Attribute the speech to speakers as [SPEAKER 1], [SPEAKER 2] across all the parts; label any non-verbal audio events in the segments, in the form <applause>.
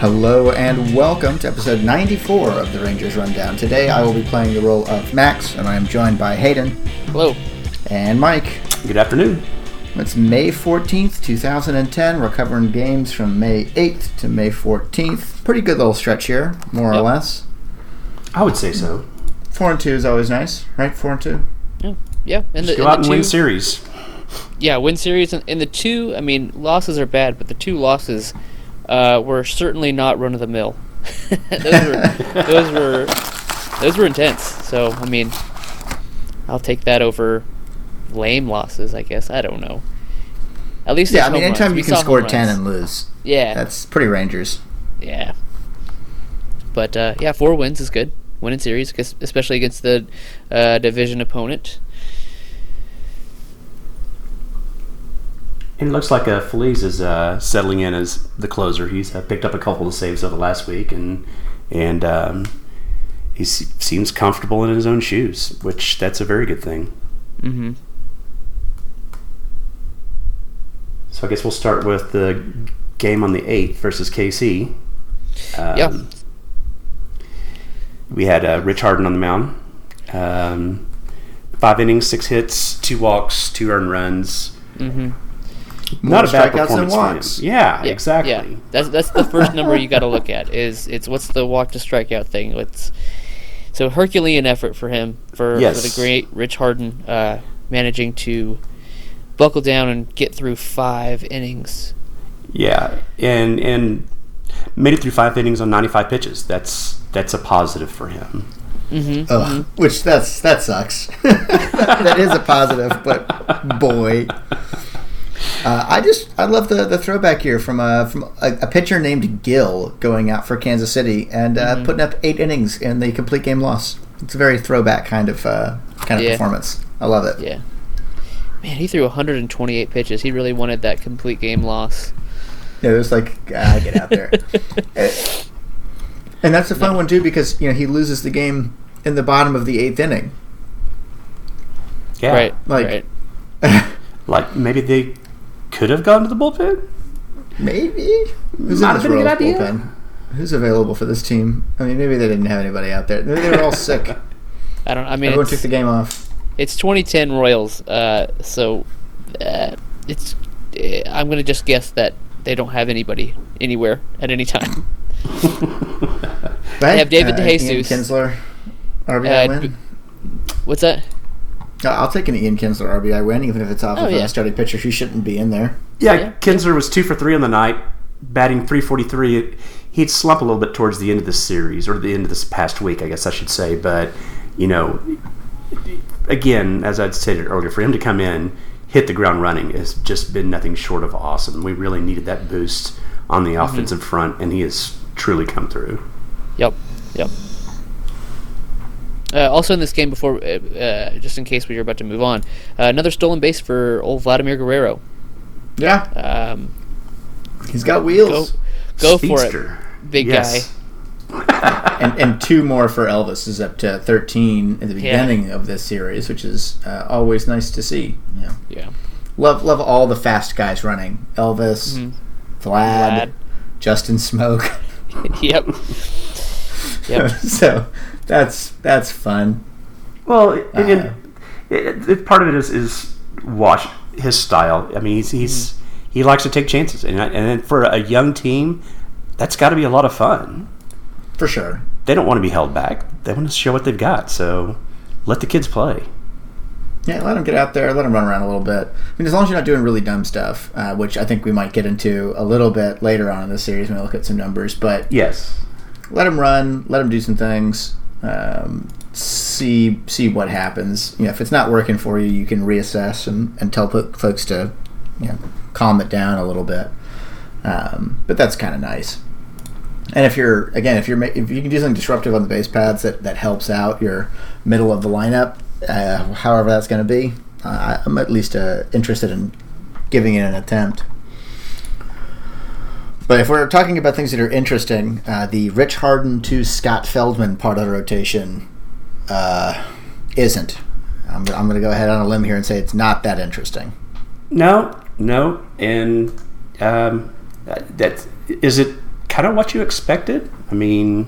[SPEAKER 1] Hello and welcome to episode 94 of the Rangers Rundown. Today I will be playing the role of Max, and I am joined by Hayden
[SPEAKER 2] Hello.
[SPEAKER 1] and Mike.
[SPEAKER 3] Good afternoon.
[SPEAKER 1] It's May 14th, 2010. We're covering games from May 8th to May 14th. Pretty good little stretch here, more or
[SPEAKER 2] Yep.
[SPEAKER 1] less.
[SPEAKER 3] I would say so.
[SPEAKER 1] 4 and 2 is always nice, right? 4 and 2.
[SPEAKER 2] Yeah, and the,
[SPEAKER 3] Just go
[SPEAKER 2] and
[SPEAKER 3] out
[SPEAKER 2] the
[SPEAKER 3] and
[SPEAKER 2] two,
[SPEAKER 3] win series.
[SPEAKER 2] yeah, win series, and, and the two. I mean, losses are bad, but the two losses uh, were certainly not run of the mill. <laughs> those
[SPEAKER 3] <laughs>
[SPEAKER 2] were those were those were intense. So I mean, I'll take that over lame losses. I guess I don't know. At least
[SPEAKER 1] Yeah,
[SPEAKER 2] there's
[SPEAKER 1] I mean,
[SPEAKER 2] home runs.
[SPEAKER 1] anytime
[SPEAKER 2] We
[SPEAKER 1] you can
[SPEAKER 2] saw
[SPEAKER 1] score
[SPEAKER 2] home
[SPEAKER 1] 10
[SPEAKER 2] runs.
[SPEAKER 1] and lose,
[SPEAKER 2] yeah,
[SPEAKER 1] that's pretty Rangers.
[SPEAKER 2] yeah. But uh, yeah, four wins is good. Winning series, 'cause- especially against the uh, division opponent.
[SPEAKER 3] And it looks like uh, Feliz is uh, settling in as the closer. He's uh, picked up a couple of saves over last week, and and um, he s- seems comfortable in his own shoes, which that's a very good thing.
[SPEAKER 2] Mm-hmm.
[SPEAKER 3] So I guess we'll start with the game on the eighth versus KC. Um,
[SPEAKER 2] Yeah.
[SPEAKER 3] We had uh, Rich Harden on the mound. Um, five innings, six hits, two walks, two earned runs.
[SPEAKER 2] Mm-hmm.
[SPEAKER 1] More
[SPEAKER 3] Not a
[SPEAKER 1] strikeouts than
[SPEAKER 3] bad performance. for him.
[SPEAKER 1] walks.
[SPEAKER 3] Yeah,
[SPEAKER 2] Yeah,
[SPEAKER 3] exactly.
[SPEAKER 2] Yeah, that's that's the first number you got to look at. Is it's what's the walk to strikeout thing? It's so Herculean effort for him for, for
[SPEAKER 3] Yes.
[SPEAKER 2] the great Rich Harden uh, managing to buckle down and get through five innings.
[SPEAKER 3] Yeah, and and made it through five innings on 95 pitches. That's that's a positive for him.
[SPEAKER 2] Mm-hmm.
[SPEAKER 1] Ugh, Which that's that sucks. <laughs> that is a positive, but boy, uh, I just I love the, the throwback here from a from a, a pitcher named Gill going out for Kansas City and
[SPEAKER 2] Mm-hmm.
[SPEAKER 1] uh, putting up eight innings in the complete game loss. It's a very throwback kind of uh, kind of
[SPEAKER 2] Yeah.
[SPEAKER 1] performance. I love it.
[SPEAKER 2] Yeah, man, he threw 128 pitches. He really wanted that complete game loss.
[SPEAKER 1] It was like ah, get out
[SPEAKER 2] <laughs>
[SPEAKER 1] there, It- and that's a fun one too because you know he loses the game in the bottom of the eighth inning.
[SPEAKER 3] Yeah.
[SPEAKER 2] Right.
[SPEAKER 1] Like-
[SPEAKER 2] right.
[SPEAKER 3] Like maybe they could have gone to the bullpen. <laughs>
[SPEAKER 1] Maybe. Who's
[SPEAKER 3] Might
[SPEAKER 1] in this
[SPEAKER 3] have been a good
[SPEAKER 1] Royals
[SPEAKER 3] idea.
[SPEAKER 1] bullpen? Who's available for this team? I mean, maybe they didn't have anybody out there. Maybe they
[SPEAKER 2] <laughs>
[SPEAKER 1] were all sick.
[SPEAKER 2] I don't. I mean,
[SPEAKER 1] Everyone
[SPEAKER 2] it's-
[SPEAKER 1] took the game off.
[SPEAKER 2] it's 2010 Royals, uh, so uh, it's. eh, I'm gonna just guess that they don't have anybody anywhere at
[SPEAKER 1] <laughs>
[SPEAKER 2] any time.
[SPEAKER 1] Right?
[SPEAKER 2] have David
[SPEAKER 1] Uh, Ian
[SPEAKER 2] DeJesus.
[SPEAKER 1] Kinsler, RBI
[SPEAKER 2] Uh,
[SPEAKER 1] win.
[SPEAKER 2] d- What's that?
[SPEAKER 1] Uh, I'll take an Ian Kinsler RBI win, even if it's off
[SPEAKER 2] Oh,
[SPEAKER 1] of
[SPEAKER 2] yeah.
[SPEAKER 1] a starting pitcher who shouldn't be in there.
[SPEAKER 3] Yeah,
[SPEAKER 2] Yeah.
[SPEAKER 3] Kinsler was two for three on the night, batting 343. He'd slump a little bit towards the end of this series, or the end of this past week, I guess I should say. But, you know, again, as I'd stated earlier, for him to come in, hit the ground running has just been nothing short of awesome. We really needed that boost on the
[SPEAKER 2] Mm-hmm.
[SPEAKER 3] offensive front, and he has truly come through.
[SPEAKER 2] Yep. Yep. Uh, also in this game, before uh, uh, just in case we were about to move on, uh, another stolen base for old Vladimir Guerrero.
[SPEAKER 1] Yeah,
[SPEAKER 2] Um,
[SPEAKER 1] he's got
[SPEAKER 2] go,
[SPEAKER 1] wheels.
[SPEAKER 2] go for it,
[SPEAKER 3] Speedster.
[SPEAKER 2] big
[SPEAKER 3] Yes.
[SPEAKER 1] And, and two more for Elvis is up to 13 at the
[SPEAKER 2] Yeah.
[SPEAKER 1] beginning of this series, which is uh, always nice to see. Yeah.
[SPEAKER 2] guy. Yeah. <laughs>
[SPEAKER 1] Love love all the fast guys running. Elvis, Vlad,
[SPEAKER 2] Mm-hmm. Vlad.
[SPEAKER 1] Justin Smoke. <laughs>
[SPEAKER 2] yep. Yep.
[SPEAKER 1] so that's that's fun.
[SPEAKER 3] Well, it, it, it, it- part of it is is Wash his style. I mean, he's, he's he likes to take chances, and I- and then for a young team, that's got to be a lot of fun.
[SPEAKER 1] For sure.
[SPEAKER 3] They don't want to be held back. They want to show what they've got. So let the kids play.
[SPEAKER 1] Yeah, let them get out there. Let them run around a little bit. I mean, as long as you're not doing really dumb stuff, uh, which I think we might get into a little bit later on in this series when we look at some numbers. But
[SPEAKER 3] Yes.
[SPEAKER 1] let them run. Let them do some things. Um, see see what happens. You know, if it's not working for you, you can reassess and, and tell po- folks to you know, calm it down a little bit. Um, but that's kind of nice. And if you're again, if you're ma- if you can do something disruptive on the base pads that that helps out your middle of the lineup, uh, however that's going to be, uh, I- I'm at least uh, interested in giving it an attempt. But if we're talking about things that are interesting, uh, the Rich Harden to Scott Feldman part of the rotation uh, isn't. I'm, I'm going to go ahead on a limb here and say it's not that interesting.
[SPEAKER 3] No, no, and um, that is it. kind of what you expected. I mean,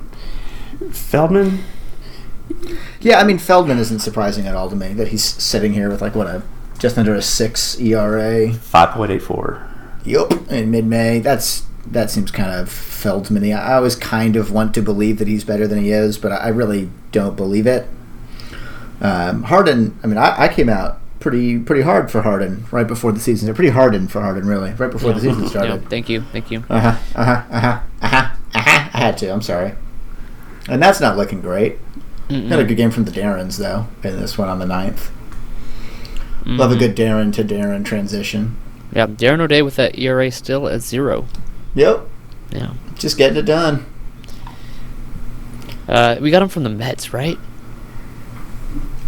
[SPEAKER 3] Feldman.
[SPEAKER 1] Yeah, I mean Feldman isn't surprising at all to me that he's sitting here with like what a just under a six E ERA.
[SPEAKER 3] 5.84.
[SPEAKER 1] Yup, in mid-May. That's that seems kind of Feldman-y. I always kind of want to believe that he's better than he is, but I really don't believe it. Um, Harden, I mean, I, I came out pretty pretty hard for Harden right before the season. Pretty hardened for Harden, really, right before the season
[SPEAKER 2] <laughs> Yeah,
[SPEAKER 1] started.
[SPEAKER 2] thank you, thank you.
[SPEAKER 1] Uh huh. Uh huh. Uh huh. Uh huh. Uh-huh. I had to. I'm sorry. And that's not looking great. Had a good game from the Darrens though in this one on the 9th. Love a
[SPEAKER 2] Mm-hmm.
[SPEAKER 1] good Darren to Darren transition.
[SPEAKER 2] Yeah, Mm. Darren O'Day with that ERA still at zero.
[SPEAKER 1] Yep.
[SPEAKER 2] Yeah,
[SPEAKER 1] Just getting it done.
[SPEAKER 2] uh, we got him from the Mets, right?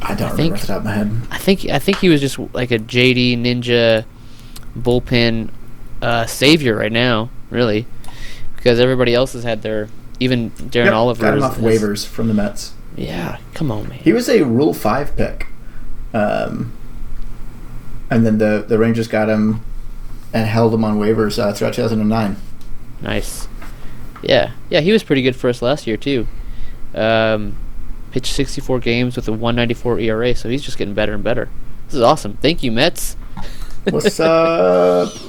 [SPEAKER 1] I don't remember
[SPEAKER 2] think-
[SPEAKER 1] off the top of my head.
[SPEAKER 2] I think I think he was just like a JD Ninja bullpen uh, savior right now, really, because everybody else has had their even Darren
[SPEAKER 1] Yep,
[SPEAKER 2] Oliver.
[SPEAKER 1] got him
[SPEAKER 2] is-
[SPEAKER 1] off
[SPEAKER 2] is-
[SPEAKER 1] waivers from the Mets.
[SPEAKER 2] Yeah, come on, man.
[SPEAKER 1] He was a Rule Five pick, um, and then the the Rangers got him and held him on waivers uh, throughout 2009.
[SPEAKER 2] Nice. Yeah, yeah, he was pretty good for us last year too. Um, pitched 64 games with a 194 ERA, so he's just getting better and better. This is awesome. Thank you, Mets.
[SPEAKER 1] What's up? <laughs>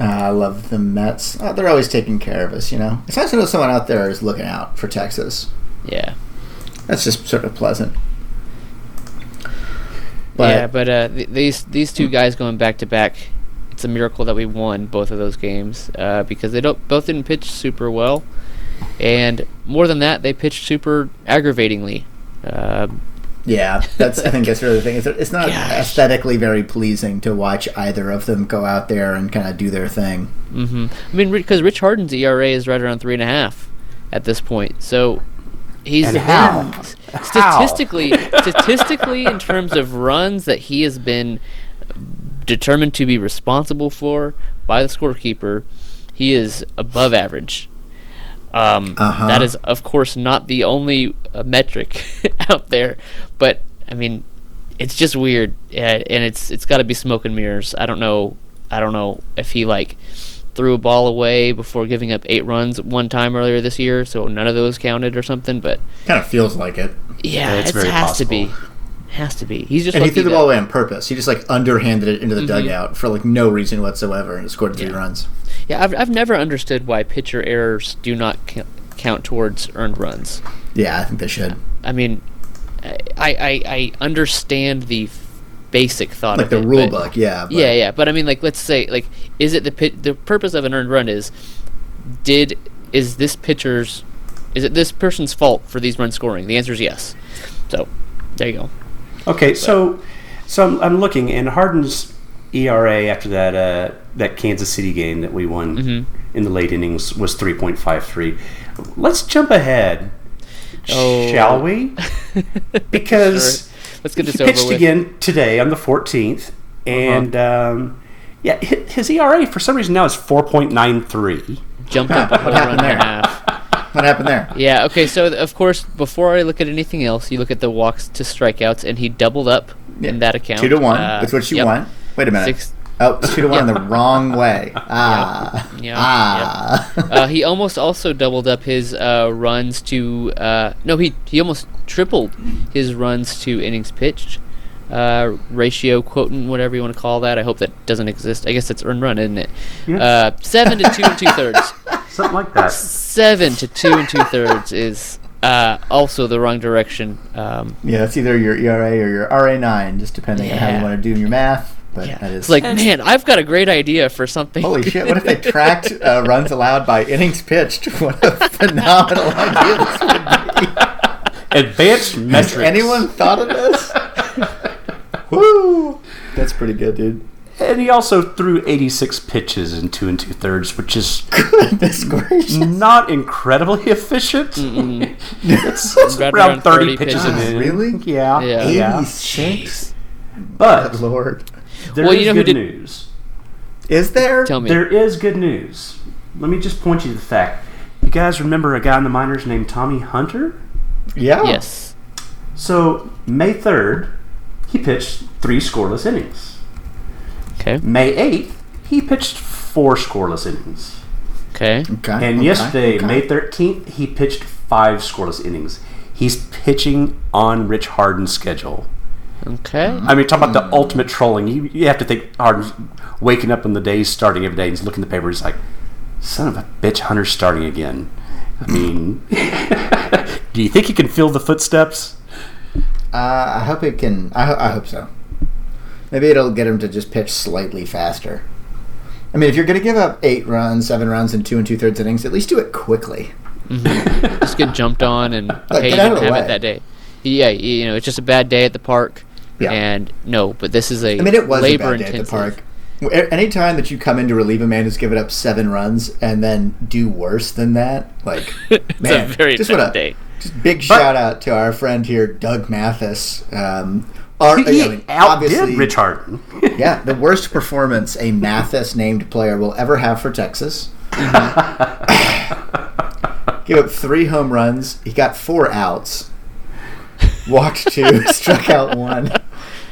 [SPEAKER 1] Ah, I love the Mets. Uh, they're always taking care of us, you know. It's nice to know someone out there is looking out for Texas.
[SPEAKER 2] <laughs> Yeah,
[SPEAKER 1] That's just sort of pleasant. But
[SPEAKER 2] yeah, but uh, th- these these two guys going back to back, it's a miracle that we won both of those games uh, because they don't both didn't pitch super well, and more than that, they pitched super aggravatingly. Uh,
[SPEAKER 1] Yeah, that's. I think that's really the thing. It's, it's not
[SPEAKER 2] Gosh.
[SPEAKER 1] aesthetically very pleasing to watch either of them go out there and kind of do their thing.
[SPEAKER 2] hmm I mean, because Rich Harden's ERA is right around three and a half at this point, so he's
[SPEAKER 3] And how?
[SPEAKER 2] been- <laughs> statistically,
[SPEAKER 3] <laughs>
[SPEAKER 2] statistically, in terms of runs that he has been determined to be responsible for by the scorekeeper, he is above average. Um,
[SPEAKER 1] Uh-huh.
[SPEAKER 2] that is, of course, not the only uh, metric <laughs> out there, but I mean, it's just weird, uh, and it's it's got to be smoke and mirrors. I don't know, I don't know if he like threw a ball away before giving up eight runs one time earlier this year, so none of those counted or something. But
[SPEAKER 1] Kind of feels like it.
[SPEAKER 2] yeah,
[SPEAKER 3] It's
[SPEAKER 2] it
[SPEAKER 3] very
[SPEAKER 2] has to
[SPEAKER 3] possible.
[SPEAKER 2] be, has to be. He's just
[SPEAKER 1] And he
[SPEAKER 2] lucky
[SPEAKER 1] threw the
[SPEAKER 2] that-
[SPEAKER 1] ball away on purpose. He just like underhanded it into the dugout for like no reason whatsoever, and scored three
[SPEAKER 2] Mm-hmm. Yeah.
[SPEAKER 1] runs.
[SPEAKER 2] Yeah, I've, I've never understood why pitcher errors do not c- count towards earned runs.
[SPEAKER 1] Yeah, I think they should.
[SPEAKER 2] I mean, I I, I understand the f- basic thought
[SPEAKER 1] Like
[SPEAKER 2] of
[SPEAKER 1] the
[SPEAKER 2] it,
[SPEAKER 1] rule
[SPEAKER 2] but-
[SPEAKER 1] book. Yeah. but-
[SPEAKER 2] Yeah, yeah, but I mean, like, let's say, like, is it the pit? The purpose of an earned run is, did is this pitcher's, is it this person's fault for these runs scoring? The answer is yes. So, there you go. <laughs>
[SPEAKER 3] Okay, so so I'm, I'm looking, and Harden's ERA after that uh, that Kansas City game that we won
[SPEAKER 2] Mm-hmm.
[SPEAKER 3] in the late innings was 3.53. Let's jump ahead,
[SPEAKER 2] Oh. <laughs>
[SPEAKER 3] shall we? Because
[SPEAKER 2] Let's get this
[SPEAKER 3] he
[SPEAKER 2] over
[SPEAKER 3] pitched
[SPEAKER 2] with. Uh-huh.
[SPEAKER 3] again today on the 14th, and um, yeah, hi- his ERA for some reason now is 4.93.
[SPEAKER 1] <laughs>
[SPEAKER 2] Jumped up a whole run
[SPEAKER 1] happened
[SPEAKER 2] and a
[SPEAKER 1] there?
[SPEAKER 2] half.
[SPEAKER 1] What happened
[SPEAKER 2] <laughs>
[SPEAKER 1] there?
[SPEAKER 2] Yeah, okay, so th- of course, before I look at anything else, you look at the walks to strikeouts, and he doubled up in that account.
[SPEAKER 1] Two to one.
[SPEAKER 2] Uh,
[SPEAKER 1] that's what you
[SPEAKER 2] yep.
[SPEAKER 1] want. Wait a minute.
[SPEAKER 2] Six-
[SPEAKER 1] Oh, it's two to
[SPEAKER 2] <laughs>
[SPEAKER 1] one in the wrong way. Ah.
[SPEAKER 2] Yeah,
[SPEAKER 1] ah. <laughs>
[SPEAKER 2] Uh, he almost also doubled up his uh, runs to. Uh, no, he, he almost tripled his runs to innings pitched. Uh, ratio, quotient, whatever you want to call that. I hope that doesn't exist. I guess it's earned run, isn't it? Uh, seven to two and two thirds.
[SPEAKER 3] Something like
[SPEAKER 2] <laughs>
[SPEAKER 3] that.
[SPEAKER 2] Seven to two and two thirds is uh, also the wrong direction. Um,
[SPEAKER 1] Yeah, that's either your ERA or your RA nine, just depending on how
[SPEAKER 2] Yeah.
[SPEAKER 1] you want to do your math. But
[SPEAKER 2] yeah.
[SPEAKER 1] that is
[SPEAKER 2] It's like, man, I've got a great idea for something.
[SPEAKER 1] holy shit. What if
[SPEAKER 2] <laughs>
[SPEAKER 1] they tracked uh, runs allowed by innings pitched? <laughs> What a phenomenal idea this would be.
[SPEAKER 3] Advanced metrics.
[SPEAKER 1] Has anyone thought of this? Woo! That's pretty good, dude. <laughs>
[SPEAKER 3] And he also threw 86 pitches in two and two thirds, which is
[SPEAKER 1] Goodness gracious.
[SPEAKER 3] not incredibly <laughs> efficient. <laughs> it's it's
[SPEAKER 2] Right
[SPEAKER 3] around,
[SPEAKER 2] around 30
[SPEAKER 3] 30, pitches
[SPEAKER 2] pitches.
[SPEAKER 3] an inning.
[SPEAKER 1] Really?
[SPEAKER 3] Yeah.
[SPEAKER 2] Yeah.
[SPEAKER 3] yeah.
[SPEAKER 1] 86?
[SPEAKER 3] But
[SPEAKER 1] Lord.
[SPEAKER 3] there
[SPEAKER 2] Well,
[SPEAKER 3] is
[SPEAKER 2] you know who
[SPEAKER 3] good
[SPEAKER 2] did-
[SPEAKER 3] news.
[SPEAKER 1] Is there?
[SPEAKER 2] Tell me.
[SPEAKER 3] There is good news. Let me just point you to the fact. You guys remember a guy in the minors named Tommy Hunter?
[SPEAKER 1] Yeah.
[SPEAKER 2] Yes.
[SPEAKER 3] So, May 3rd, he pitched three scoreless innings.
[SPEAKER 2] Okay.
[SPEAKER 3] May 8th, he pitched four scoreless innings.
[SPEAKER 2] Okay.
[SPEAKER 1] Okay.
[SPEAKER 3] And
[SPEAKER 1] okay,
[SPEAKER 3] yesterday,
[SPEAKER 1] okay.
[SPEAKER 3] May 13th, he pitched five scoreless innings. He's pitching on Rich Harden's schedule.
[SPEAKER 2] Okay.
[SPEAKER 3] I mean, talk about the ultimate trolling. You, you have to think Harden's waking up in the day, starting every day, and he's looking at the paper. He's like, son of a bitch, Hunter's starting again. I mean, <laughs> do you think he can feel the footsteps?
[SPEAKER 1] Uh, I hope it can. I, ho- I hope so. Maybe it'll get him to just pitch slightly faster. I mean, if you're going to give up eight runs, seven runs, and two and two thirds innings, at least do it quickly.
[SPEAKER 2] Just get jumped
[SPEAKER 1] <laughs>
[SPEAKER 2] on and hey, you
[SPEAKER 1] get out
[SPEAKER 2] didn't
[SPEAKER 1] of the
[SPEAKER 2] have
[SPEAKER 1] way.
[SPEAKER 2] it that day. Yeah, y- you know, it's just a bad day at the park.
[SPEAKER 1] Yeah.
[SPEAKER 2] And no, but this is a
[SPEAKER 1] I mean, it was a
[SPEAKER 2] labor
[SPEAKER 1] bad day at the
[SPEAKER 2] intensive.
[SPEAKER 1] park. A- Any time that you come in to relieve a man who's given up seven runs and then do worse than that, like
[SPEAKER 2] <laughs> It's
[SPEAKER 1] man,
[SPEAKER 2] a very
[SPEAKER 1] just
[SPEAKER 2] bad
[SPEAKER 1] what a
[SPEAKER 2] day.
[SPEAKER 1] just big shout out to our friend here, Doug Mathis. Um, our,
[SPEAKER 3] He,
[SPEAKER 1] I mean,
[SPEAKER 3] outdid
[SPEAKER 1] obviously-
[SPEAKER 3] Rich Harden.
[SPEAKER 1] <laughs> yeah, the worst performance a Mathis named player will ever have for Texas. <laughs>
[SPEAKER 2] Mm-hmm.
[SPEAKER 1] Give up three home runs. He got four outs. Walked two, <laughs> struck out one.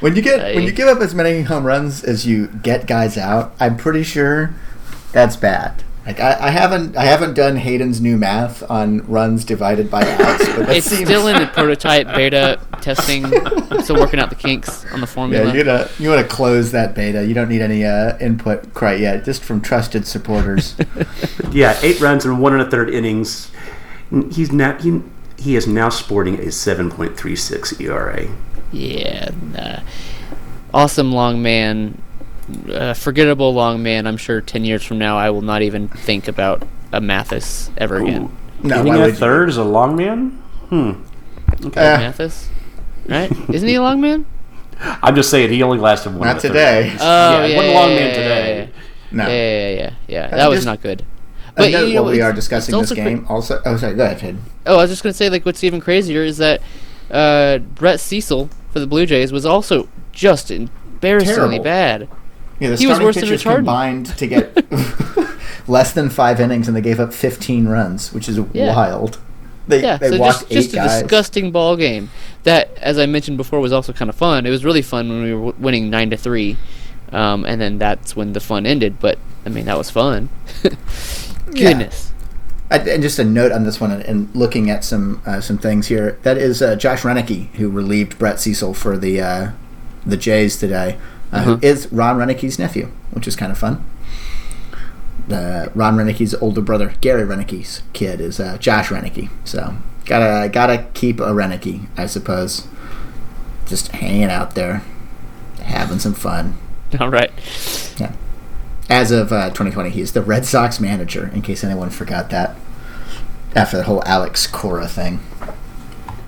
[SPEAKER 1] When you get when you give up as many home runs as you get guys out, I'm pretty sure that's bad. Like I, I haven't I haven't done Hayden's new math on runs divided by outs, but that
[SPEAKER 2] It's
[SPEAKER 1] seems <laughs>
[SPEAKER 2] still in the prototype beta testing, still working out the kinks on the formula.
[SPEAKER 1] Yeah, you gotta you want to close that beta. You don't need any uh, input quite yet, just from trusted
[SPEAKER 2] <laughs>
[SPEAKER 1] supporters.
[SPEAKER 3] <laughs>
[SPEAKER 1] Uh,
[SPEAKER 3] Yeah, eight runs in one and a third innings. He's now he, he is now sporting a seven point three six E ERA.
[SPEAKER 2] Yeah, nah. awesome long man, uh, forgettable long man. I'm sure ten years from now, I will not even think about a Mathis ever again.
[SPEAKER 3] Ooh.
[SPEAKER 1] no,
[SPEAKER 3] Inning
[SPEAKER 1] why
[SPEAKER 3] and a
[SPEAKER 1] would
[SPEAKER 3] third is a long man. Hmm.
[SPEAKER 1] you? Uh,
[SPEAKER 2] Mathis, right? Isn't he a
[SPEAKER 1] <laughs>
[SPEAKER 2] long man?
[SPEAKER 3] I'm just saying he only lasted one. and
[SPEAKER 1] not
[SPEAKER 3] a third
[SPEAKER 1] today.
[SPEAKER 3] innings.
[SPEAKER 2] Oh,
[SPEAKER 3] yeah,
[SPEAKER 2] yeah,
[SPEAKER 3] one
[SPEAKER 2] yeah,
[SPEAKER 3] long
[SPEAKER 2] yeah,
[SPEAKER 3] man
[SPEAKER 2] yeah,
[SPEAKER 3] today.
[SPEAKER 1] no.
[SPEAKER 2] Yeah, yeah, yeah, yeah. yeah.
[SPEAKER 1] mean,
[SPEAKER 2] That was
[SPEAKER 1] just-
[SPEAKER 2] not good.
[SPEAKER 1] But
[SPEAKER 2] you know,
[SPEAKER 1] we
[SPEAKER 2] it's-
[SPEAKER 1] are
[SPEAKER 2] it's
[SPEAKER 1] discussing this
[SPEAKER 2] also cra-
[SPEAKER 1] game. Also, oh, sorry. Go ahead, Ted.
[SPEAKER 2] Oh, I was just gonna say, like, what's even crazier is that uh, Brett Cecil for the Blue Jays was also just embarrassingly
[SPEAKER 1] Terrible.
[SPEAKER 2] bad.
[SPEAKER 1] Yeah, the
[SPEAKER 2] He was
[SPEAKER 1] starting
[SPEAKER 2] worse than
[SPEAKER 1] pitchers
[SPEAKER 2] Rich Harden.
[SPEAKER 1] combined to get
[SPEAKER 2] <laughs>
[SPEAKER 1] <laughs> less than five innings, and they gave up 15 runs, which is
[SPEAKER 2] Yeah.
[SPEAKER 1] wild. They,
[SPEAKER 2] Yeah,
[SPEAKER 1] they
[SPEAKER 2] so
[SPEAKER 1] walked
[SPEAKER 2] just,
[SPEAKER 1] eight
[SPEAKER 2] just a
[SPEAKER 1] guys.
[SPEAKER 2] disgusting ball game that, as I mentioned before, was also kind of fun. It was really fun when we were w- winning nine to three, um, and then that's when the fun ended. But I mean, that was fun. <laughs> Goodness,
[SPEAKER 1] I, and just a note on this one, and, and looking at some uh, some things here. That is uh, Josh Renicky, who relieved Brett Cecil for the uh, the Jays today, uh, who is Ron Renicky's nephew, which is kind of fun. Uh, Ron Renicky's older brother, Gary Renicky's kid, is uh, Josh Renicky. So gotta gotta keep a Renicky, I suppose. Just hanging out there, having some fun.
[SPEAKER 2] all right.
[SPEAKER 1] As of uh, 2020, he's the Red Sox manager, in case anyone forgot that. After the whole Alex Cora thing.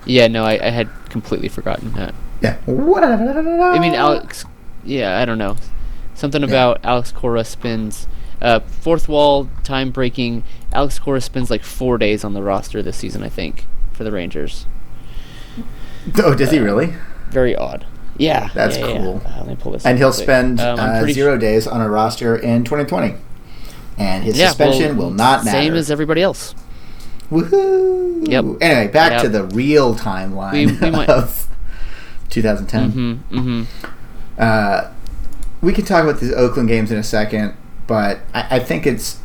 [SPEAKER 2] Yeah, no, I, I had completely forgotten that.
[SPEAKER 1] Yeah. I
[SPEAKER 2] I mean, Alex. Yeah, I don't know. Something about Alex Cora spends uh, fourth wall time breaking. Alex Cora spends like four days on the roster this season, I think, for the Rangers.
[SPEAKER 1] Oh, does he
[SPEAKER 2] uh,
[SPEAKER 1] really?
[SPEAKER 2] Very odd. Yeah,
[SPEAKER 1] That's
[SPEAKER 2] yeah, yeah.
[SPEAKER 1] cool.
[SPEAKER 2] Uh, let me pull this.
[SPEAKER 1] And
[SPEAKER 2] up
[SPEAKER 1] he'll
[SPEAKER 2] quick.
[SPEAKER 1] spend
[SPEAKER 2] Um, I'm
[SPEAKER 1] uh,
[SPEAKER 2] pretty
[SPEAKER 1] zero days on a roster in 2020. And his
[SPEAKER 2] Yeah,
[SPEAKER 1] suspension
[SPEAKER 2] well,
[SPEAKER 1] will not matter.
[SPEAKER 2] Same as everybody else.
[SPEAKER 1] Woohoo!
[SPEAKER 2] Yep.
[SPEAKER 1] Anyway, back
[SPEAKER 2] Yep.
[SPEAKER 1] to the real timeline
[SPEAKER 2] We- we might-
[SPEAKER 1] of 2010.
[SPEAKER 2] Mm-hmm, mm-hmm.
[SPEAKER 1] Uh, we can talk about these Oakland games in a second, but I, I think it's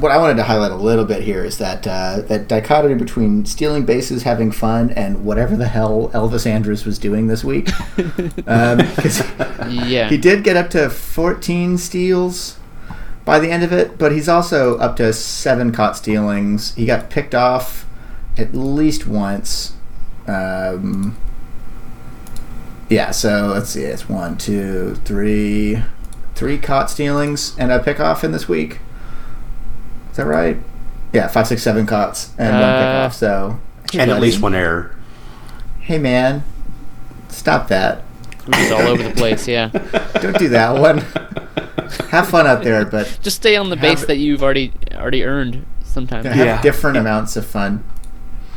[SPEAKER 1] what I wanted to highlight a little bit here is that uh, that dichotomy between stealing bases, having fun, and whatever the hell Elvis Andrews was doing this week. um, <laughs> 'cause
[SPEAKER 2] Yeah.
[SPEAKER 1] he did get up to 14 steals by the end of it, but he's also up to seven caught stealings. He got picked off at least once. Um, yeah, so let's see. It's one, two, three, three caught stealings and a pickoff in this week. Is that right? Yeah, five, six, seven caughts and one
[SPEAKER 2] Uh,
[SPEAKER 1] pickoff. So
[SPEAKER 3] And at least
[SPEAKER 1] buddy.
[SPEAKER 3] one error.
[SPEAKER 1] Hey, man, stop that.
[SPEAKER 2] We're just all over the place. Yeah.
[SPEAKER 1] Don't do that one. Have fun out there, but
[SPEAKER 2] Just stay on the
[SPEAKER 1] Have
[SPEAKER 2] base
[SPEAKER 1] it.
[SPEAKER 2] that you've already already earned. Sometimes
[SPEAKER 1] have
[SPEAKER 3] Yeah.
[SPEAKER 1] different amounts of fun.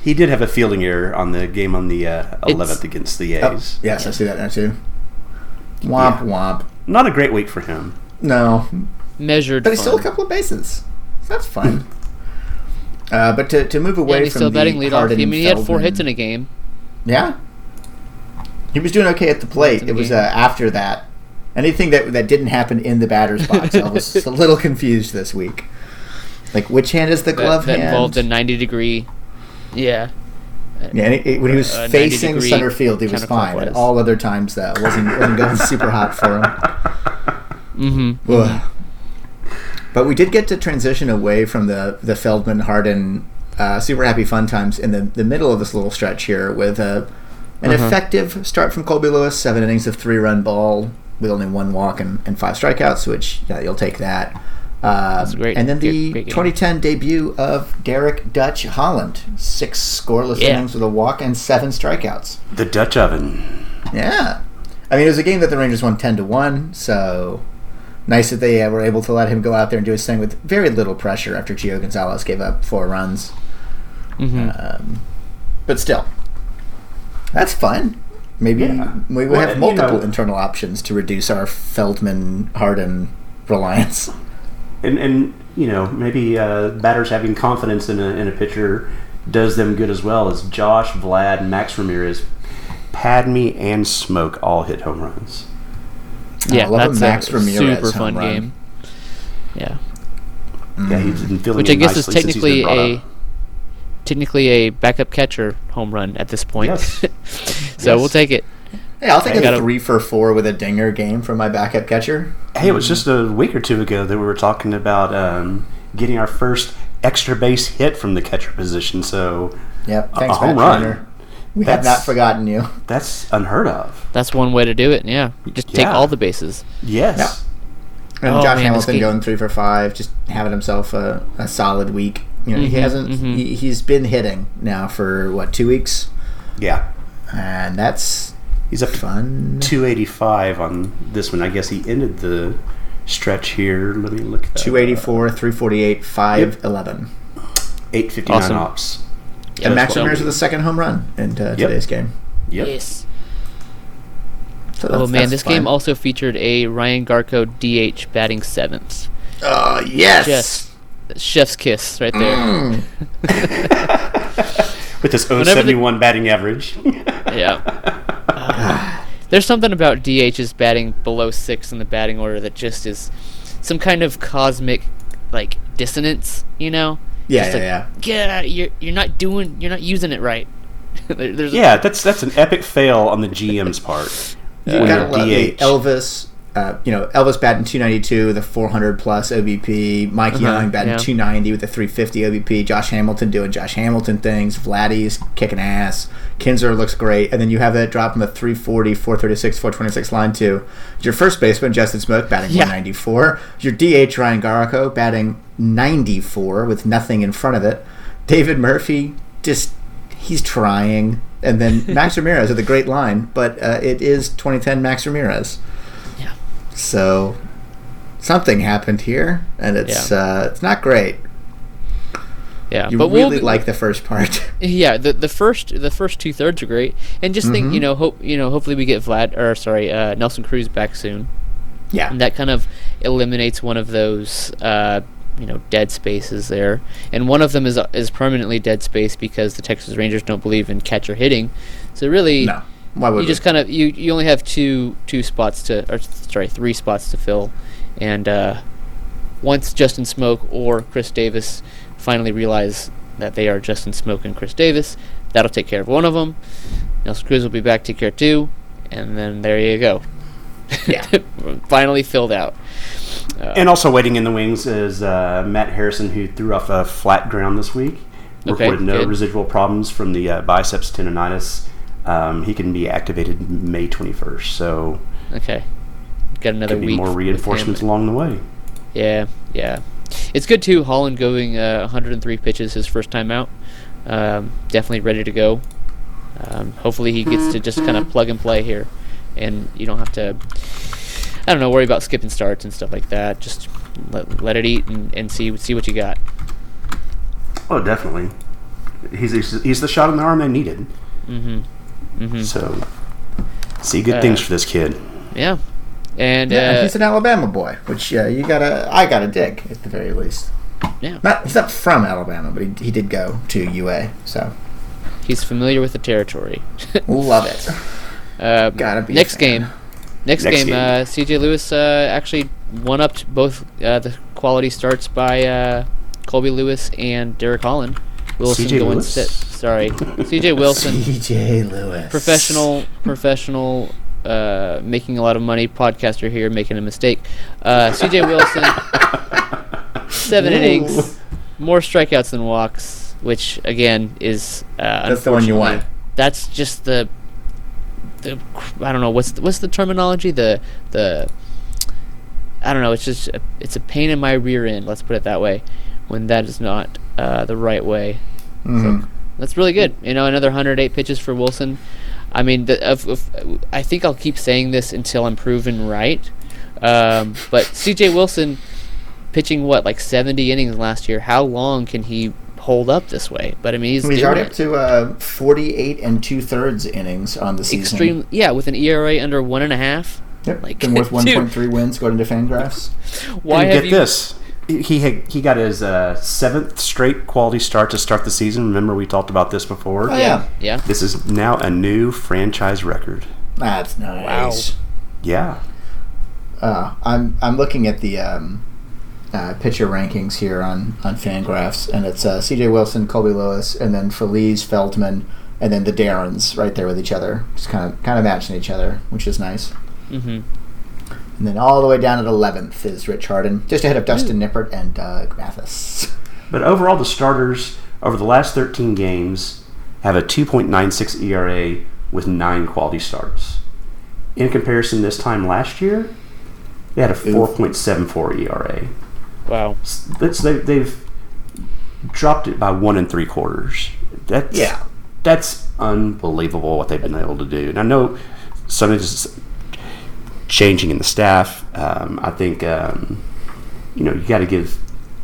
[SPEAKER 3] He did have a fielding error on the game on the uh, 11th against the
[SPEAKER 1] Oh,
[SPEAKER 3] A's.
[SPEAKER 1] yes, I see that now too. Womp
[SPEAKER 3] Yeah.
[SPEAKER 1] womp.
[SPEAKER 3] Not a great week for him.
[SPEAKER 1] No,
[SPEAKER 2] measured.
[SPEAKER 1] but he stole a
[SPEAKER 2] fun.
[SPEAKER 1] couple of bases. So that's fun. uh, but to, to move
[SPEAKER 2] Yeah,
[SPEAKER 1] away
[SPEAKER 2] and he's
[SPEAKER 1] from
[SPEAKER 2] still
[SPEAKER 1] the
[SPEAKER 2] batting leadoff. I
[SPEAKER 1] Harden
[SPEAKER 2] mean, he had four
[SPEAKER 1] Feldman-
[SPEAKER 2] hits in a game.
[SPEAKER 1] Yeah, he was doing okay at the plate.
[SPEAKER 2] Hits in
[SPEAKER 1] It
[SPEAKER 2] a
[SPEAKER 1] was uh,
[SPEAKER 2] game.
[SPEAKER 1] after that.
[SPEAKER 2] <laughs>
[SPEAKER 1] Anything that that didn't happen in the batter's box, I was a little confused this week. Like which hand is the glove
[SPEAKER 2] that, that
[SPEAKER 1] hand?
[SPEAKER 2] involved a 90 degree. Yeah.
[SPEAKER 1] yeah, and it, it- when he was
[SPEAKER 2] a 90
[SPEAKER 1] facing
[SPEAKER 2] Uh, degree
[SPEAKER 1] center field, he was fine. But
[SPEAKER 2] counterclockwise.
[SPEAKER 1] all other times, though, wasn't, wasn't going super hot for him.
[SPEAKER 2] Mm-hmm.
[SPEAKER 1] Ugh. But we did get to transition away from the the Feldman Harden uh, super happy fun times in the the middle of this little stretch here with a an
[SPEAKER 2] Mm-hmm.
[SPEAKER 1] effective start from Colby Lewis, seven innings of three run ball with only one walk and, and five strikeouts, which yeah, you'll take that. Uh,
[SPEAKER 2] That's great.
[SPEAKER 1] And then the
[SPEAKER 2] Great- great game.
[SPEAKER 1] 2010 debut of Derek Dutch Holland, six scoreless
[SPEAKER 2] Yeah.
[SPEAKER 1] innings with a walk and seven strikeouts.
[SPEAKER 3] The Dutch oven.
[SPEAKER 1] Yeah. I mean, it was a game that the Rangers won 10 to 1, so nice that they uh, were able to let him go out there and do his thing with very little pressure after Gio Gonzalez gave up four runs.
[SPEAKER 2] Mm-hmm.
[SPEAKER 1] Um, but still, that's fun. Maybe
[SPEAKER 3] Yeah.
[SPEAKER 1] we will
[SPEAKER 3] Well,
[SPEAKER 1] have
[SPEAKER 3] and, you
[SPEAKER 1] multiple
[SPEAKER 3] know-
[SPEAKER 1] internal options to reduce our Feldman Harden reliance. <laughs>
[SPEAKER 3] And, and you know, maybe uh, batters having confidence in a, in a pitcher does them good as well as Josh, Vlad, Max Ramirez, Padme, and Smoke all hit home runs.
[SPEAKER 2] Yeah,
[SPEAKER 1] I love a
[SPEAKER 2] that's
[SPEAKER 1] Max
[SPEAKER 2] a
[SPEAKER 1] Ramirez
[SPEAKER 2] super
[SPEAKER 1] home
[SPEAKER 2] fun
[SPEAKER 1] run.
[SPEAKER 2] game. Yeah,
[SPEAKER 3] Yeah, he's been feeling
[SPEAKER 2] which
[SPEAKER 3] it
[SPEAKER 2] I guess is
[SPEAKER 3] nicely since
[SPEAKER 2] technically
[SPEAKER 3] he's been brought
[SPEAKER 2] a
[SPEAKER 3] up.
[SPEAKER 2] technically a backup catcher home run at this point.
[SPEAKER 3] Yes.
[SPEAKER 2] <laughs> so
[SPEAKER 3] Yes.
[SPEAKER 2] we'll take it.
[SPEAKER 1] Hey, I'll take
[SPEAKER 2] I
[SPEAKER 1] a
[SPEAKER 2] gotta-
[SPEAKER 1] three for four with a dinger game from my backup catcher.
[SPEAKER 3] Hey, it was just a week or two ago that we were talking about um, getting our first extra base hit from the catcher position. So
[SPEAKER 1] Yep,
[SPEAKER 3] A-
[SPEAKER 1] thanks,
[SPEAKER 3] a home
[SPEAKER 1] Matt
[SPEAKER 3] run.
[SPEAKER 1] Turner. We have
[SPEAKER 3] That's-
[SPEAKER 1] not forgotten you.
[SPEAKER 3] that's unheard of.
[SPEAKER 2] That's one way to do it. Yeah, just take
[SPEAKER 3] Yeah.
[SPEAKER 2] all the bases.
[SPEAKER 3] Yes.
[SPEAKER 1] And
[SPEAKER 2] Oh,
[SPEAKER 1] Josh
[SPEAKER 2] man, this
[SPEAKER 1] Hamilton
[SPEAKER 2] game-
[SPEAKER 1] going three for five, just having himself a, a solid week. You know, he
[SPEAKER 2] Mhm,
[SPEAKER 1] hasn't.
[SPEAKER 2] mhm.
[SPEAKER 1] He, he's been hitting now for what two weeks,
[SPEAKER 3] Yeah.
[SPEAKER 1] and that's
[SPEAKER 3] He's up to
[SPEAKER 1] fun.
[SPEAKER 3] 285 on this one. I guess he ended the stretch here. Let me look. At
[SPEAKER 1] Two eighty four, three forty eight, five eleven.
[SPEAKER 3] 859
[SPEAKER 2] Awesome.
[SPEAKER 3] ops.
[SPEAKER 2] Yeah,
[SPEAKER 1] And
[SPEAKER 2] that's
[SPEAKER 1] Max
[SPEAKER 2] what I'll
[SPEAKER 1] Ramirez
[SPEAKER 2] do.
[SPEAKER 1] with the second home run in uh, today's game.
[SPEAKER 3] Yep.
[SPEAKER 2] Yes.
[SPEAKER 1] So
[SPEAKER 2] Oh
[SPEAKER 1] that's-
[SPEAKER 2] man,
[SPEAKER 1] that's
[SPEAKER 2] this
[SPEAKER 1] fun.
[SPEAKER 2] game also featured a Ryan Garco DH batting seventh.
[SPEAKER 1] Oh yes.
[SPEAKER 2] Just chef's kiss right there.
[SPEAKER 1] Mm.
[SPEAKER 3] With his
[SPEAKER 2] the-
[SPEAKER 3] 071 batting average.
[SPEAKER 2] Yeah.
[SPEAKER 1] <laughs>
[SPEAKER 2] Ah. there's something about DH's batting below six in the batting order that just is some kind of cosmic like dissonance, you know?
[SPEAKER 1] Yeah,
[SPEAKER 2] Just
[SPEAKER 1] yeah,
[SPEAKER 2] like,
[SPEAKER 1] yeah.
[SPEAKER 2] Yeah, you're you're not doing you're not using it right. <laughs> there, there's a-
[SPEAKER 3] <laughs> yeah, that's that's an epic fail on the GM's <laughs> part.
[SPEAKER 1] You
[SPEAKER 3] When
[SPEAKER 1] gotta
[SPEAKER 3] you're
[SPEAKER 1] love the
[SPEAKER 3] DH.
[SPEAKER 1] Elvis. Uh, you know, Elvis batting 292, the 400 plus OBP. Mike Young batting
[SPEAKER 2] Uh-huh, yeah.
[SPEAKER 1] 290 with a 350 OBP. Josh Hamilton doing Josh Hamilton things. Vladdy's kicking ass. Kinzer looks great. And then you have that drop in the 340, 436, 426 line to your first baseman, Justin Smoke, batting
[SPEAKER 2] Yeah.
[SPEAKER 1] 194. Your DH, Ryan Garako, batting 94 with nothing in front of it. David Murphy, just he's trying. And
[SPEAKER 2] <laughs>
[SPEAKER 1] then Max Ramirez with a great line, but uh, it is 2010 Max Ramirez.
[SPEAKER 2] Yeah.
[SPEAKER 1] So something happened here, and it's
[SPEAKER 2] Yeah.
[SPEAKER 1] uh, it's not great.
[SPEAKER 2] yeah.
[SPEAKER 1] You
[SPEAKER 2] but
[SPEAKER 1] really
[SPEAKER 2] we'll be,
[SPEAKER 1] like the first part. <laughs>
[SPEAKER 2] yeah the the first the first two thirds are great, and just think
[SPEAKER 1] Mm-hmm.
[SPEAKER 2] you know hope you know hopefully we get Vlad or sorry uh, Nelson Cruz back soon.
[SPEAKER 1] yeah.
[SPEAKER 2] And that kind of eliminates one of those uh, you know dead spaces there and one of them is uh, is permanently dead space because the Texas Rangers don't believe in catcher hitting so really
[SPEAKER 1] no. Why would
[SPEAKER 2] you just
[SPEAKER 1] we?
[SPEAKER 2] kind of you, you only have two two spots to or sorry three spots to fill and uh, once Justin Smoke or Chris Davis finally realize that they are Justin Smoke and Chris Davis that'll take care of one of them Nelson Cruz will be back take care of two and then there you go
[SPEAKER 1] Yeah.
[SPEAKER 2] <laughs> finally filled out.
[SPEAKER 3] And also waiting in the wings is uh, Matt Harrison, who threw off a flat ground this week.
[SPEAKER 2] Okay,
[SPEAKER 3] Reported no
[SPEAKER 2] good.
[SPEAKER 3] residual problems from the uh, biceps tendonitis. Um, he can be activated May 21st, so
[SPEAKER 2] Okay, got another
[SPEAKER 3] could be
[SPEAKER 2] week.
[SPEAKER 3] more
[SPEAKER 2] with him.
[SPEAKER 3] reinforcements along the way.
[SPEAKER 2] Yeah, yeah. It's good too. Holland going uh, 103 pitches his first time out. Um, definitely ready to go. Um, hopefully he gets to just
[SPEAKER 1] Mm-hmm.
[SPEAKER 2] kind of plug and play here, and you don't have to. I don't know, worry about skipping starts and stuff like that. Just let, let it eat and, and see see what you got.
[SPEAKER 3] Oh, definitely. He's, he's, he's the shot in the arm they needed.
[SPEAKER 2] hmm hmm
[SPEAKER 3] So, see good
[SPEAKER 2] Uh,
[SPEAKER 3] things for this kid.
[SPEAKER 2] Yeah, and
[SPEAKER 1] Yeah, and
[SPEAKER 2] uh,
[SPEAKER 1] he's an Alabama boy, which uh, you gotta, I gotta dig at the very least.
[SPEAKER 2] Yeah.
[SPEAKER 1] Not he's not from Alabama, but he, he did go to UA, so
[SPEAKER 2] he's familiar with the territory. <laughs>
[SPEAKER 1] love it.
[SPEAKER 2] Uh,
[SPEAKER 1] Gotta be a
[SPEAKER 2] next
[SPEAKER 1] fan.
[SPEAKER 2] game. Next,
[SPEAKER 3] Next
[SPEAKER 2] game,
[SPEAKER 3] game.
[SPEAKER 2] Uh, CJ Lewis uh, actually one upped both uh, the quality starts by uh, Colby Lewis and Derek Holland. Wilson
[SPEAKER 3] C.J.
[SPEAKER 2] going
[SPEAKER 3] Lewis?
[SPEAKER 2] sit. Sorry,
[SPEAKER 3] <laughs>
[SPEAKER 2] C.J. <laughs> Wilson,
[SPEAKER 1] DJ Lewis.
[SPEAKER 2] professional, professional, uh, making a lot of money podcaster here, making a mistake. Uh,
[SPEAKER 1] <laughs>
[SPEAKER 2] C.J. Wilson, seven innings, more strikeouts than walks, which again is uh,
[SPEAKER 1] That's the one you
[SPEAKER 2] unfortunately-
[SPEAKER 1] want.
[SPEAKER 2] That's just the the I don't know what's the, what's the terminology the the I don't know it's just a, it's a pain in my rear end let's put it that way when that is not uh, the right way
[SPEAKER 1] Mhm.
[SPEAKER 2] that's really good you know another 108 pitches for Wilson I mean the, of, of, I think I'll keep saying this until I'm proven right um, but CJ Wilson pitching what like 70 innings last year how long can he hold up this way but I mean he's,
[SPEAKER 1] He's
[SPEAKER 2] doing
[SPEAKER 1] already
[SPEAKER 2] it.
[SPEAKER 1] up to uh, 48 and two thirds innings on the season.
[SPEAKER 2] extreme yeah with an ERA under one and a half
[SPEAKER 1] Yep.
[SPEAKER 2] like,
[SPEAKER 1] Been worth
[SPEAKER 2] <laughs> dude.
[SPEAKER 1] 1.3 wins going into Fangraphs.
[SPEAKER 2] why
[SPEAKER 3] and
[SPEAKER 2] have
[SPEAKER 3] get
[SPEAKER 2] you
[SPEAKER 3] this. He had, he got his uh, seventh straight quality start to start the season. Remember we talked about this before.
[SPEAKER 1] Oh, yeah.
[SPEAKER 2] yeah
[SPEAKER 3] This is now a new franchise record.
[SPEAKER 1] That's nice.
[SPEAKER 3] Yeah.
[SPEAKER 1] Uh, I'm I'm looking at the um, uh, pitcher rankings here on on Fangraphs, and it's uh, C.J. Wilson, Colby Lewis, and then Feliz Feldman, and then the Darrens right there with each other, just kind of kind of matching each other, which is nice.
[SPEAKER 2] hmm
[SPEAKER 1] And then all the way down at 11th is Rich Harden, just ahead of Dustin Nippert and Doug Mathis. <laughs>
[SPEAKER 3] But overall, the starters over the last 13 games have a 2.96 ERA E with nine quality starts. In comparison, this time last year, they had a 4.74 ERA.
[SPEAKER 2] wow
[SPEAKER 3] S- That's they, they've dropped it by one and three quarters. That's
[SPEAKER 1] Yeah.
[SPEAKER 3] that's unbelievable what they've been able to do. And I know some of this is changing in the staff. Um, I think um, you know you got to give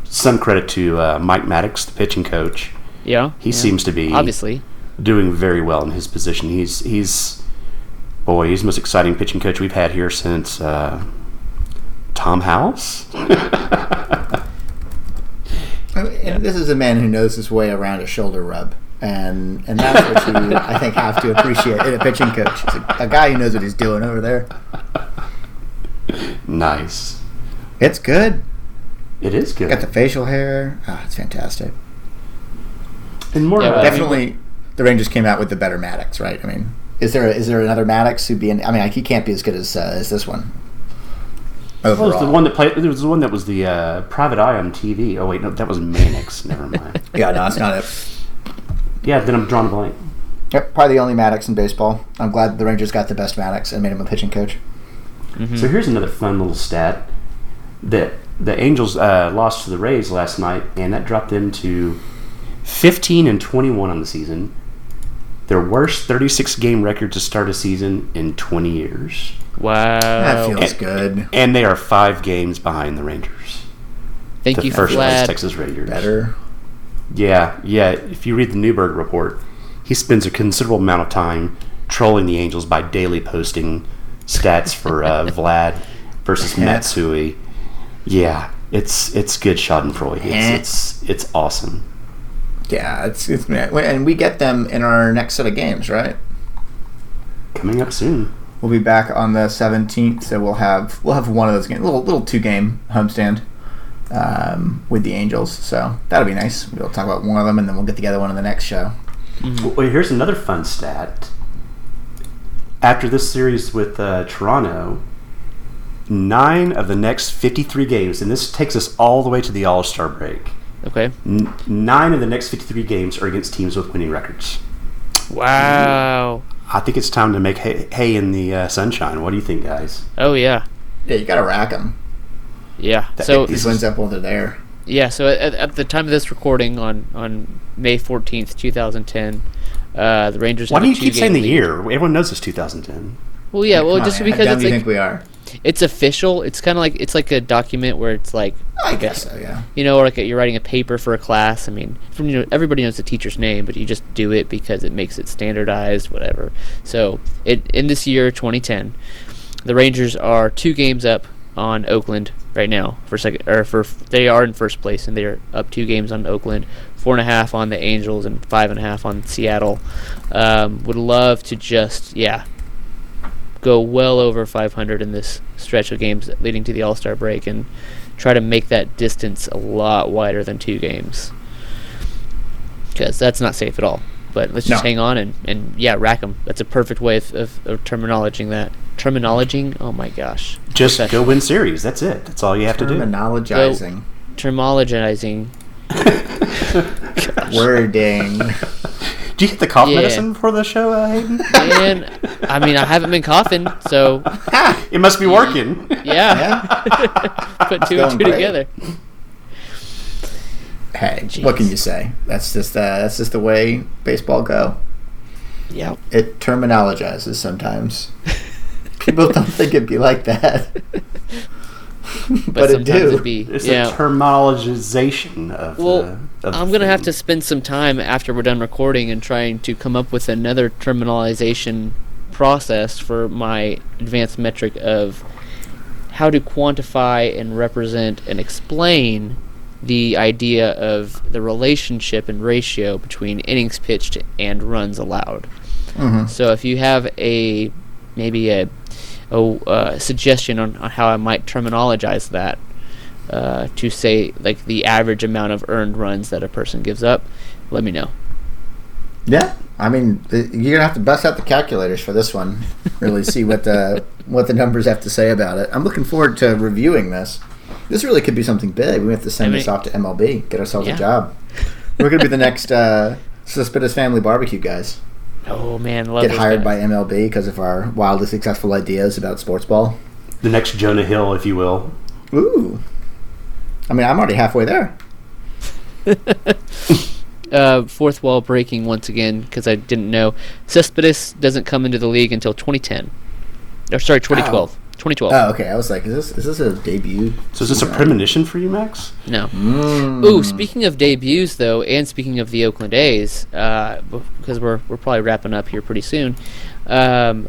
[SPEAKER 3] some credit to uh, Mike Maddox, the pitching coach.
[SPEAKER 2] yeah
[SPEAKER 3] He
[SPEAKER 2] yeah.
[SPEAKER 3] seems to be
[SPEAKER 2] obviously
[SPEAKER 3] doing very well in his position. He's he's boy, he's the most exciting pitching coach we've had here since uh, Tom House.
[SPEAKER 1] I mean, and this is a man who knows his way around a shoulder rub, and and that's what you I think have to appreciate in a pitching coach. It's a, a guy who knows what he's doing over there.
[SPEAKER 3] <laughs> Nice.
[SPEAKER 1] It's good.
[SPEAKER 3] It is good.
[SPEAKER 1] Got the facial hair. Ah, it's fantastic.
[SPEAKER 3] and more
[SPEAKER 2] Yeah,
[SPEAKER 3] about
[SPEAKER 2] but I mean-
[SPEAKER 1] Definitely, the Rangers came out with the better Maddox, right? I mean, is there is there another Maddox who'd be? In, I mean, like, he can't be as good as uh, as this one.
[SPEAKER 3] Well, it was
[SPEAKER 1] Overall,
[SPEAKER 3] the one that played. There was the one that was the uh, private eye on TV. Oh wait, no, that
[SPEAKER 1] <laughs>
[SPEAKER 3] was Mannix. Never mind.
[SPEAKER 1] yeah, no, it's not it.
[SPEAKER 3] Yeah, then I'm drawing a blank.
[SPEAKER 1] Yep, probably the only Maddox in baseball. I'm glad the Rangers got the best Maddox and made him a pitching coach. Mm-hmm.
[SPEAKER 3] So here's another fun little stat that the Angels uh, lost to the Rays last night, and that dropped them to 15 and 21 on the season. Their worst 36 game record to start a season in 20 years,
[SPEAKER 2] wow
[SPEAKER 3] Uh,
[SPEAKER 1] That feels good.
[SPEAKER 3] and they are five games behind the Rangers,
[SPEAKER 2] thank
[SPEAKER 3] the
[SPEAKER 2] you
[SPEAKER 3] first place
[SPEAKER 2] Vlad
[SPEAKER 3] Texas Rangers.
[SPEAKER 1] Better.
[SPEAKER 3] Yeah, yeah. If you read the Newberg report, he spends a considerable amount of time trolling the Angels by daily posting stats for uh, Vlad versus Matsui. Yeah, it's it's good Schadenfreude. It's it's, it's awesome.
[SPEAKER 1] Yeah, it's it's and we get them in our next set of games, right?
[SPEAKER 3] Coming up soon.
[SPEAKER 1] We'll be back on the seventeenth, so we'll have we'll have one of those games, little little two game homestand um, with the Angels. So that'll be nice. We'll talk about one of them, and then we'll get the other one in the next show.
[SPEAKER 3] Well, here's another fun stat. After this series with uh, Toronto, nine of the next 53 games, and this takes us all the way to the All Star break.
[SPEAKER 2] okay
[SPEAKER 3] N- nine of the next 53 games are against teams with winning records.
[SPEAKER 2] wow
[SPEAKER 3] I think it's time to make hay, hay in the uh, sunshine. What do you think, guys?
[SPEAKER 2] oh yeah
[SPEAKER 1] Yeah, you gotta rack them.
[SPEAKER 2] yeah
[SPEAKER 3] That-
[SPEAKER 2] so
[SPEAKER 1] These wins up while they're there.
[SPEAKER 2] yeah so at, at the time of this recording on on May 14th 2010 uh, the Rangers
[SPEAKER 3] Why
[SPEAKER 2] have a
[SPEAKER 3] do you keep
[SPEAKER 2] two-game
[SPEAKER 3] saying the
[SPEAKER 2] lead.
[SPEAKER 3] year? Everyone knows it's 2010.
[SPEAKER 2] well yeah well
[SPEAKER 1] Come on,
[SPEAKER 2] just
[SPEAKER 1] man.
[SPEAKER 2] because
[SPEAKER 1] How dumb
[SPEAKER 2] it's
[SPEAKER 1] you
[SPEAKER 2] like
[SPEAKER 1] think we are.
[SPEAKER 2] it's official it's kind of like it's like a document where it's like
[SPEAKER 1] I guess so. Yeah.
[SPEAKER 2] you know, or like you're writing a paper for a class. I mean, from you know, everybody knows the teacher's name, but you just do it because it makes it standardized, whatever. So, it in this year, 2010, the Rangers are two games up on Oakland right now for second, or for they are in first place, and they are up two games on Oakland, four and a half on the Angels, and five and a half on Seattle. Um, would love to just yeah go well over 500 in this stretch of games leading to the All Star break and try to make that distance a lot wider than two games because that's not safe at all. But let's just
[SPEAKER 1] No.
[SPEAKER 2] hang on and, and yeah, rack them. That's a perfect way of, of, of terminologizing that. Terminologing? Oh my gosh.
[SPEAKER 3] Just
[SPEAKER 2] Professional.
[SPEAKER 3] go win series. That's it. That's all you have to do.
[SPEAKER 1] Terminologizing.
[SPEAKER 2] Termologizing.
[SPEAKER 1] Wording.
[SPEAKER 2] <laughs>
[SPEAKER 3] Do you get the cough
[SPEAKER 2] Yeah.
[SPEAKER 3] medicine before the show, uh, Hayden?
[SPEAKER 2] And I mean, I haven't been coughing, so
[SPEAKER 3] <laughs> It must be working.
[SPEAKER 2] yeah,
[SPEAKER 1] Yeah.
[SPEAKER 2] <laughs> put two
[SPEAKER 1] going
[SPEAKER 2] and two
[SPEAKER 1] great.
[SPEAKER 2] together.
[SPEAKER 1] Hey, what can you say? That's just uh, that's just the way baseball go.
[SPEAKER 2] Yep.
[SPEAKER 1] It terminologizes sometimes. People don't think it'd be like that, but,
[SPEAKER 2] <laughs> But,
[SPEAKER 1] it
[SPEAKER 2] sometimes
[SPEAKER 1] do.
[SPEAKER 2] it'd be
[SPEAKER 3] <laughs> It's
[SPEAKER 2] yeah.
[SPEAKER 3] a terminologization of
[SPEAKER 2] Well,
[SPEAKER 3] the. Of
[SPEAKER 2] I'm
[SPEAKER 3] the
[SPEAKER 2] gonna have to
[SPEAKER 3] thing.
[SPEAKER 2] spend some time after we're done recording and trying to come up with another terminalization process for my advanced metric of how to quantify and represent and explain the idea of the relationship and ratio between innings pitched and runs allowed.
[SPEAKER 1] Mhm.
[SPEAKER 2] So if you have a maybe a, a uh, suggestion on, on how I might terminologize that uh, to say like the average amount of earned runs that a person gives up, let me know.
[SPEAKER 1] Yeah, I mean, th- you're gonna have to bust out the calculators for this one. Really see what
[SPEAKER 2] <laughs>
[SPEAKER 1] the what the numbers have to say about it. I'm looking forward to reviewing this. This really could be something big. We have to send
[SPEAKER 2] I mean-
[SPEAKER 1] this off to MLB, get ourselves
[SPEAKER 2] Yeah.
[SPEAKER 1] a
[SPEAKER 2] <laughs>
[SPEAKER 1] job. We're gonna be the next uh, Suspicious Family Barbecue guys.
[SPEAKER 2] Oh man, love
[SPEAKER 1] Get
[SPEAKER 2] those
[SPEAKER 1] hired by
[SPEAKER 2] guys.
[SPEAKER 1] MLB because of our wildly successful ideas about sports ball.
[SPEAKER 3] the next Jonah Hill, if you will.
[SPEAKER 1] Ooh, I mean, I'm already halfway there.
[SPEAKER 2] uh, fourth wall breaking once again because I didn't know Cespedes doesn't come into the league until 2010, or sorry 2012. 2012.
[SPEAKER 1] Oh, okay. I was like, is this is this a debut?
[SPEAKER 3] So is this a premonition for you, Max?
[SPEAKER 2] No.
[SPEAKER 1] Mm.
[SPEAKER 3] Hmm.
[SPEAKER 2] Ooh, speaking of debuts, though, and speaking of the Oakland A's, uh, b- because we're, we're probably wrapping up here pretty soon, um,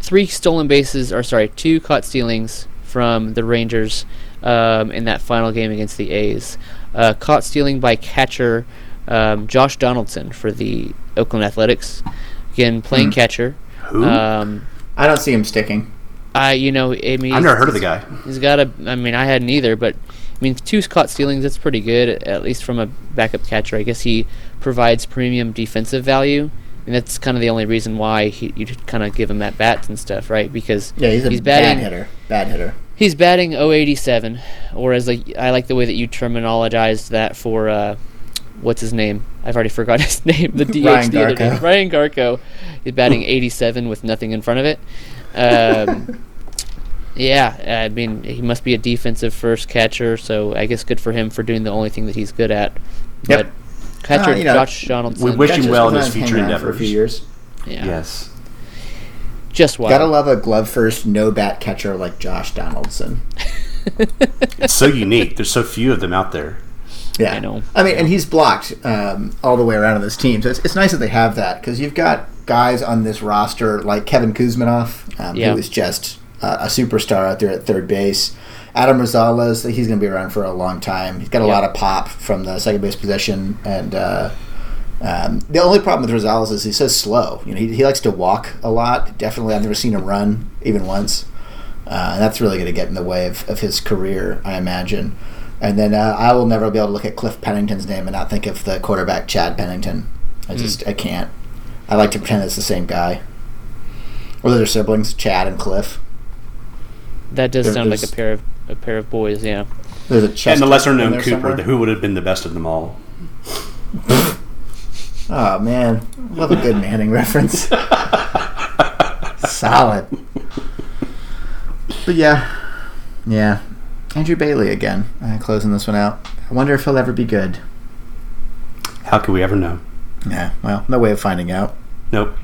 [SPEAKER 2] three stolen bases, or sorry, two caught stealings from the Rangers um, in that final game against the A's. Uh, caught stealing by catcher um, Josh Donaldson for the Oakland Athletics. Again, playing catcher.
[SPEAKER 3] Hmm. Who?
[SPEAKER 2] Um,
[SPEAKER 1] I don't see him sticking.
[SPEAKER 2] I, you know, I mean,
[SPEAKER 3] I've never heard of the guy.
[SPEAKER 2] He's got a. I mean, I hadn't either, but I mean, two caught stealings. That's pretty good, at- at least from a backup catcher. I guess he provides premium defensive value, and that's kind of the only reason why he you kind of give him at bats and stuff, right? Because
[SPEAKER 1] Yeah, he's a
[SPEAKER 2] He's
[SPEAKER 1] bad
[SPEAKER 2] batting-
[SPEAKER 1] hitter. Bad hitter.
[SPEAKER 2] he's batting 087, or as like I like the way that you terminologized that for uh, what's his name? I've already <laughs> forgot his name. The DH
[SPEAKER 1] Ryan
[SPEAKER 2] the other
[SPEAKER 1] Garco.
[SPEAKER 2] day. Ryan Garco. He's
[SPEAKER 1] <laughs>
[SPEAKER 2] batting 87 with nothing in front of it. Um, yeah, I mean he must be a defensive first catcher, so I guess good for him for doing the only thing that he's good at.
[SPEAKER 1] Yep.
[SPEAKER 2] But catcher
[SPEAKER 1] Uh, you know,
[SPEAKER 2] Josh Donaldson.
[SPEAKER 3] we wish him
[SPEAKER 1] Catchers
[SPEAKER 3] well in his
[SPEAKER 1] sometimes
[SPEAKER 3] future
[SPEAKER 1] hang around for a few years.
[SPEAKER 3] endeavors.
[SPEAKER 2] Yeah,
[SPEAKER 3] Yes.
[SPEAKER 2] just wild.
[SPEAKER 1] Gotta love a glove first, no bat catcher like Josh Donaldson.
[SPEAKER 3] It's so unique. There's so few of them out there.
[SPEAKER 1] Yeah,
[SPEAKER 2] I know.
[SPEAKER 1] I mean, and he's blocked um, all the way around on this team, so it's, it's nice that they have that because you've got guys on this roster like Kevin Kuzminoff, um,
[SPEAKER 2] Yeah.
[SPEAKER 1] who is just uh, a superstar out there at third base. Adam Rosales, he's going to be around for a long time. He's got a
[SPEAKER 2] Yeah.
[SPEAKER 1] lot of pop from the second base position, and uh, um, the only problem with Rosales is he's so slow. You know, he, he likes to walk a lot. Definitely, I've never seen him run even once. Uh, and that's really going to get in the way of, of his career, I imagine. And then uh, I will never be able to look at Cliff Pennington's name and not think of the quarterback Chad Pennington.
[SPEAKER 3] Hmm.
[SPEAKER 1] I just I can't. I like to pretend it's the same guy. Or they're siblings, Chad and Cliff.
[SPEAKER 2] that does
[SPEAKER 1] there-
[SPEAKER 2] sound like a
[SPEAKER 1] there's-
[SPEAKER 2] pair of a pair of boys. Yeah.
[SPEAKER 1] There's a Chester
[SPEAKER 3] and the lesser
[SPEAKER 1] in
[SPEAKER 3] known
[SPEAKER 1] there
[SPEAKER 3] Cooper,
[SPEAKER 1] somewhere.
[SPEAKER 3] who would have been the best of them all.
[SPEAKER 1] Oh man, love a good
[SPEAKER 3] <laughs>
[SPEAKER 1] Manning reference. Solid. But yeah, yeah. Andrew Bailey again. Uh, closing this one out. I wonder if he'll ever be good.
[SPEAKER 3] How could we ever know?
[SPEAKER 1] Yeah. Well, no way of finding out.
[SPEAKER 3] Nope.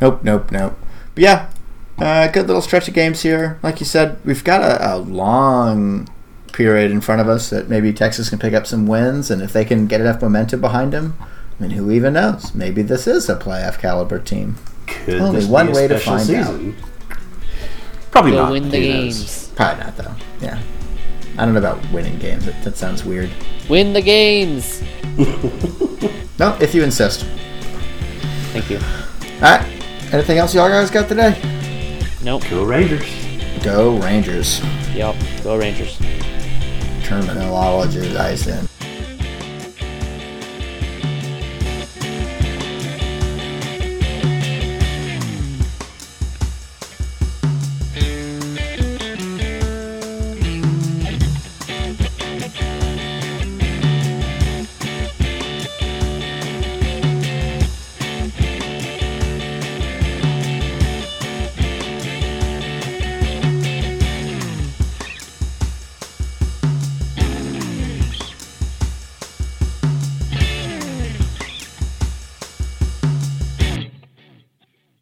[SPEAKER 1] Nope. Nope. Nope. But yeah, uh, good little stretch of games here. Like you said, we've got a, a long period in front of us that maybe Texas can pick up some wins, and if they can get enough momentum behind them, I mean, who even knows? Maybe this is a playoff caliber team.
[SPEAKER 3] Could
[SPEAKER 1] Only
[SPEAKER 3] this be
[SPEAKER 1] one
[SPEAKER 3] a
[SPEAKER 1] way to
[SPEAKER 3] special
[SPEAKER 1] find out.
[SPEAKER 3] season? Probably
[SPEAKER 2] Go
[SPEAKER 3] not.
[SPEAKER 2] win the
[SPEAKER 3] Who knows?
[SPEAKER 2] games.
[SPEAKER 1] Probably not though. Yeah. I don't know about winning games. That, that sounds weird.
[SPEAKER 2] Win the games.
[SPEAKER 1] No, if you insist.
[SPEAKER 2] Thank you.
[SPEAKER 1] All right. Anything else y'all guys got today?
[SPEAKER 2] Nope.
[SPEAKER 3] Go Rangers.
[SPEAKER 1] Go Rangers.
[SPEAKER 2] Yep. Go Rangers.
[SPEAKER 1] terminologize in.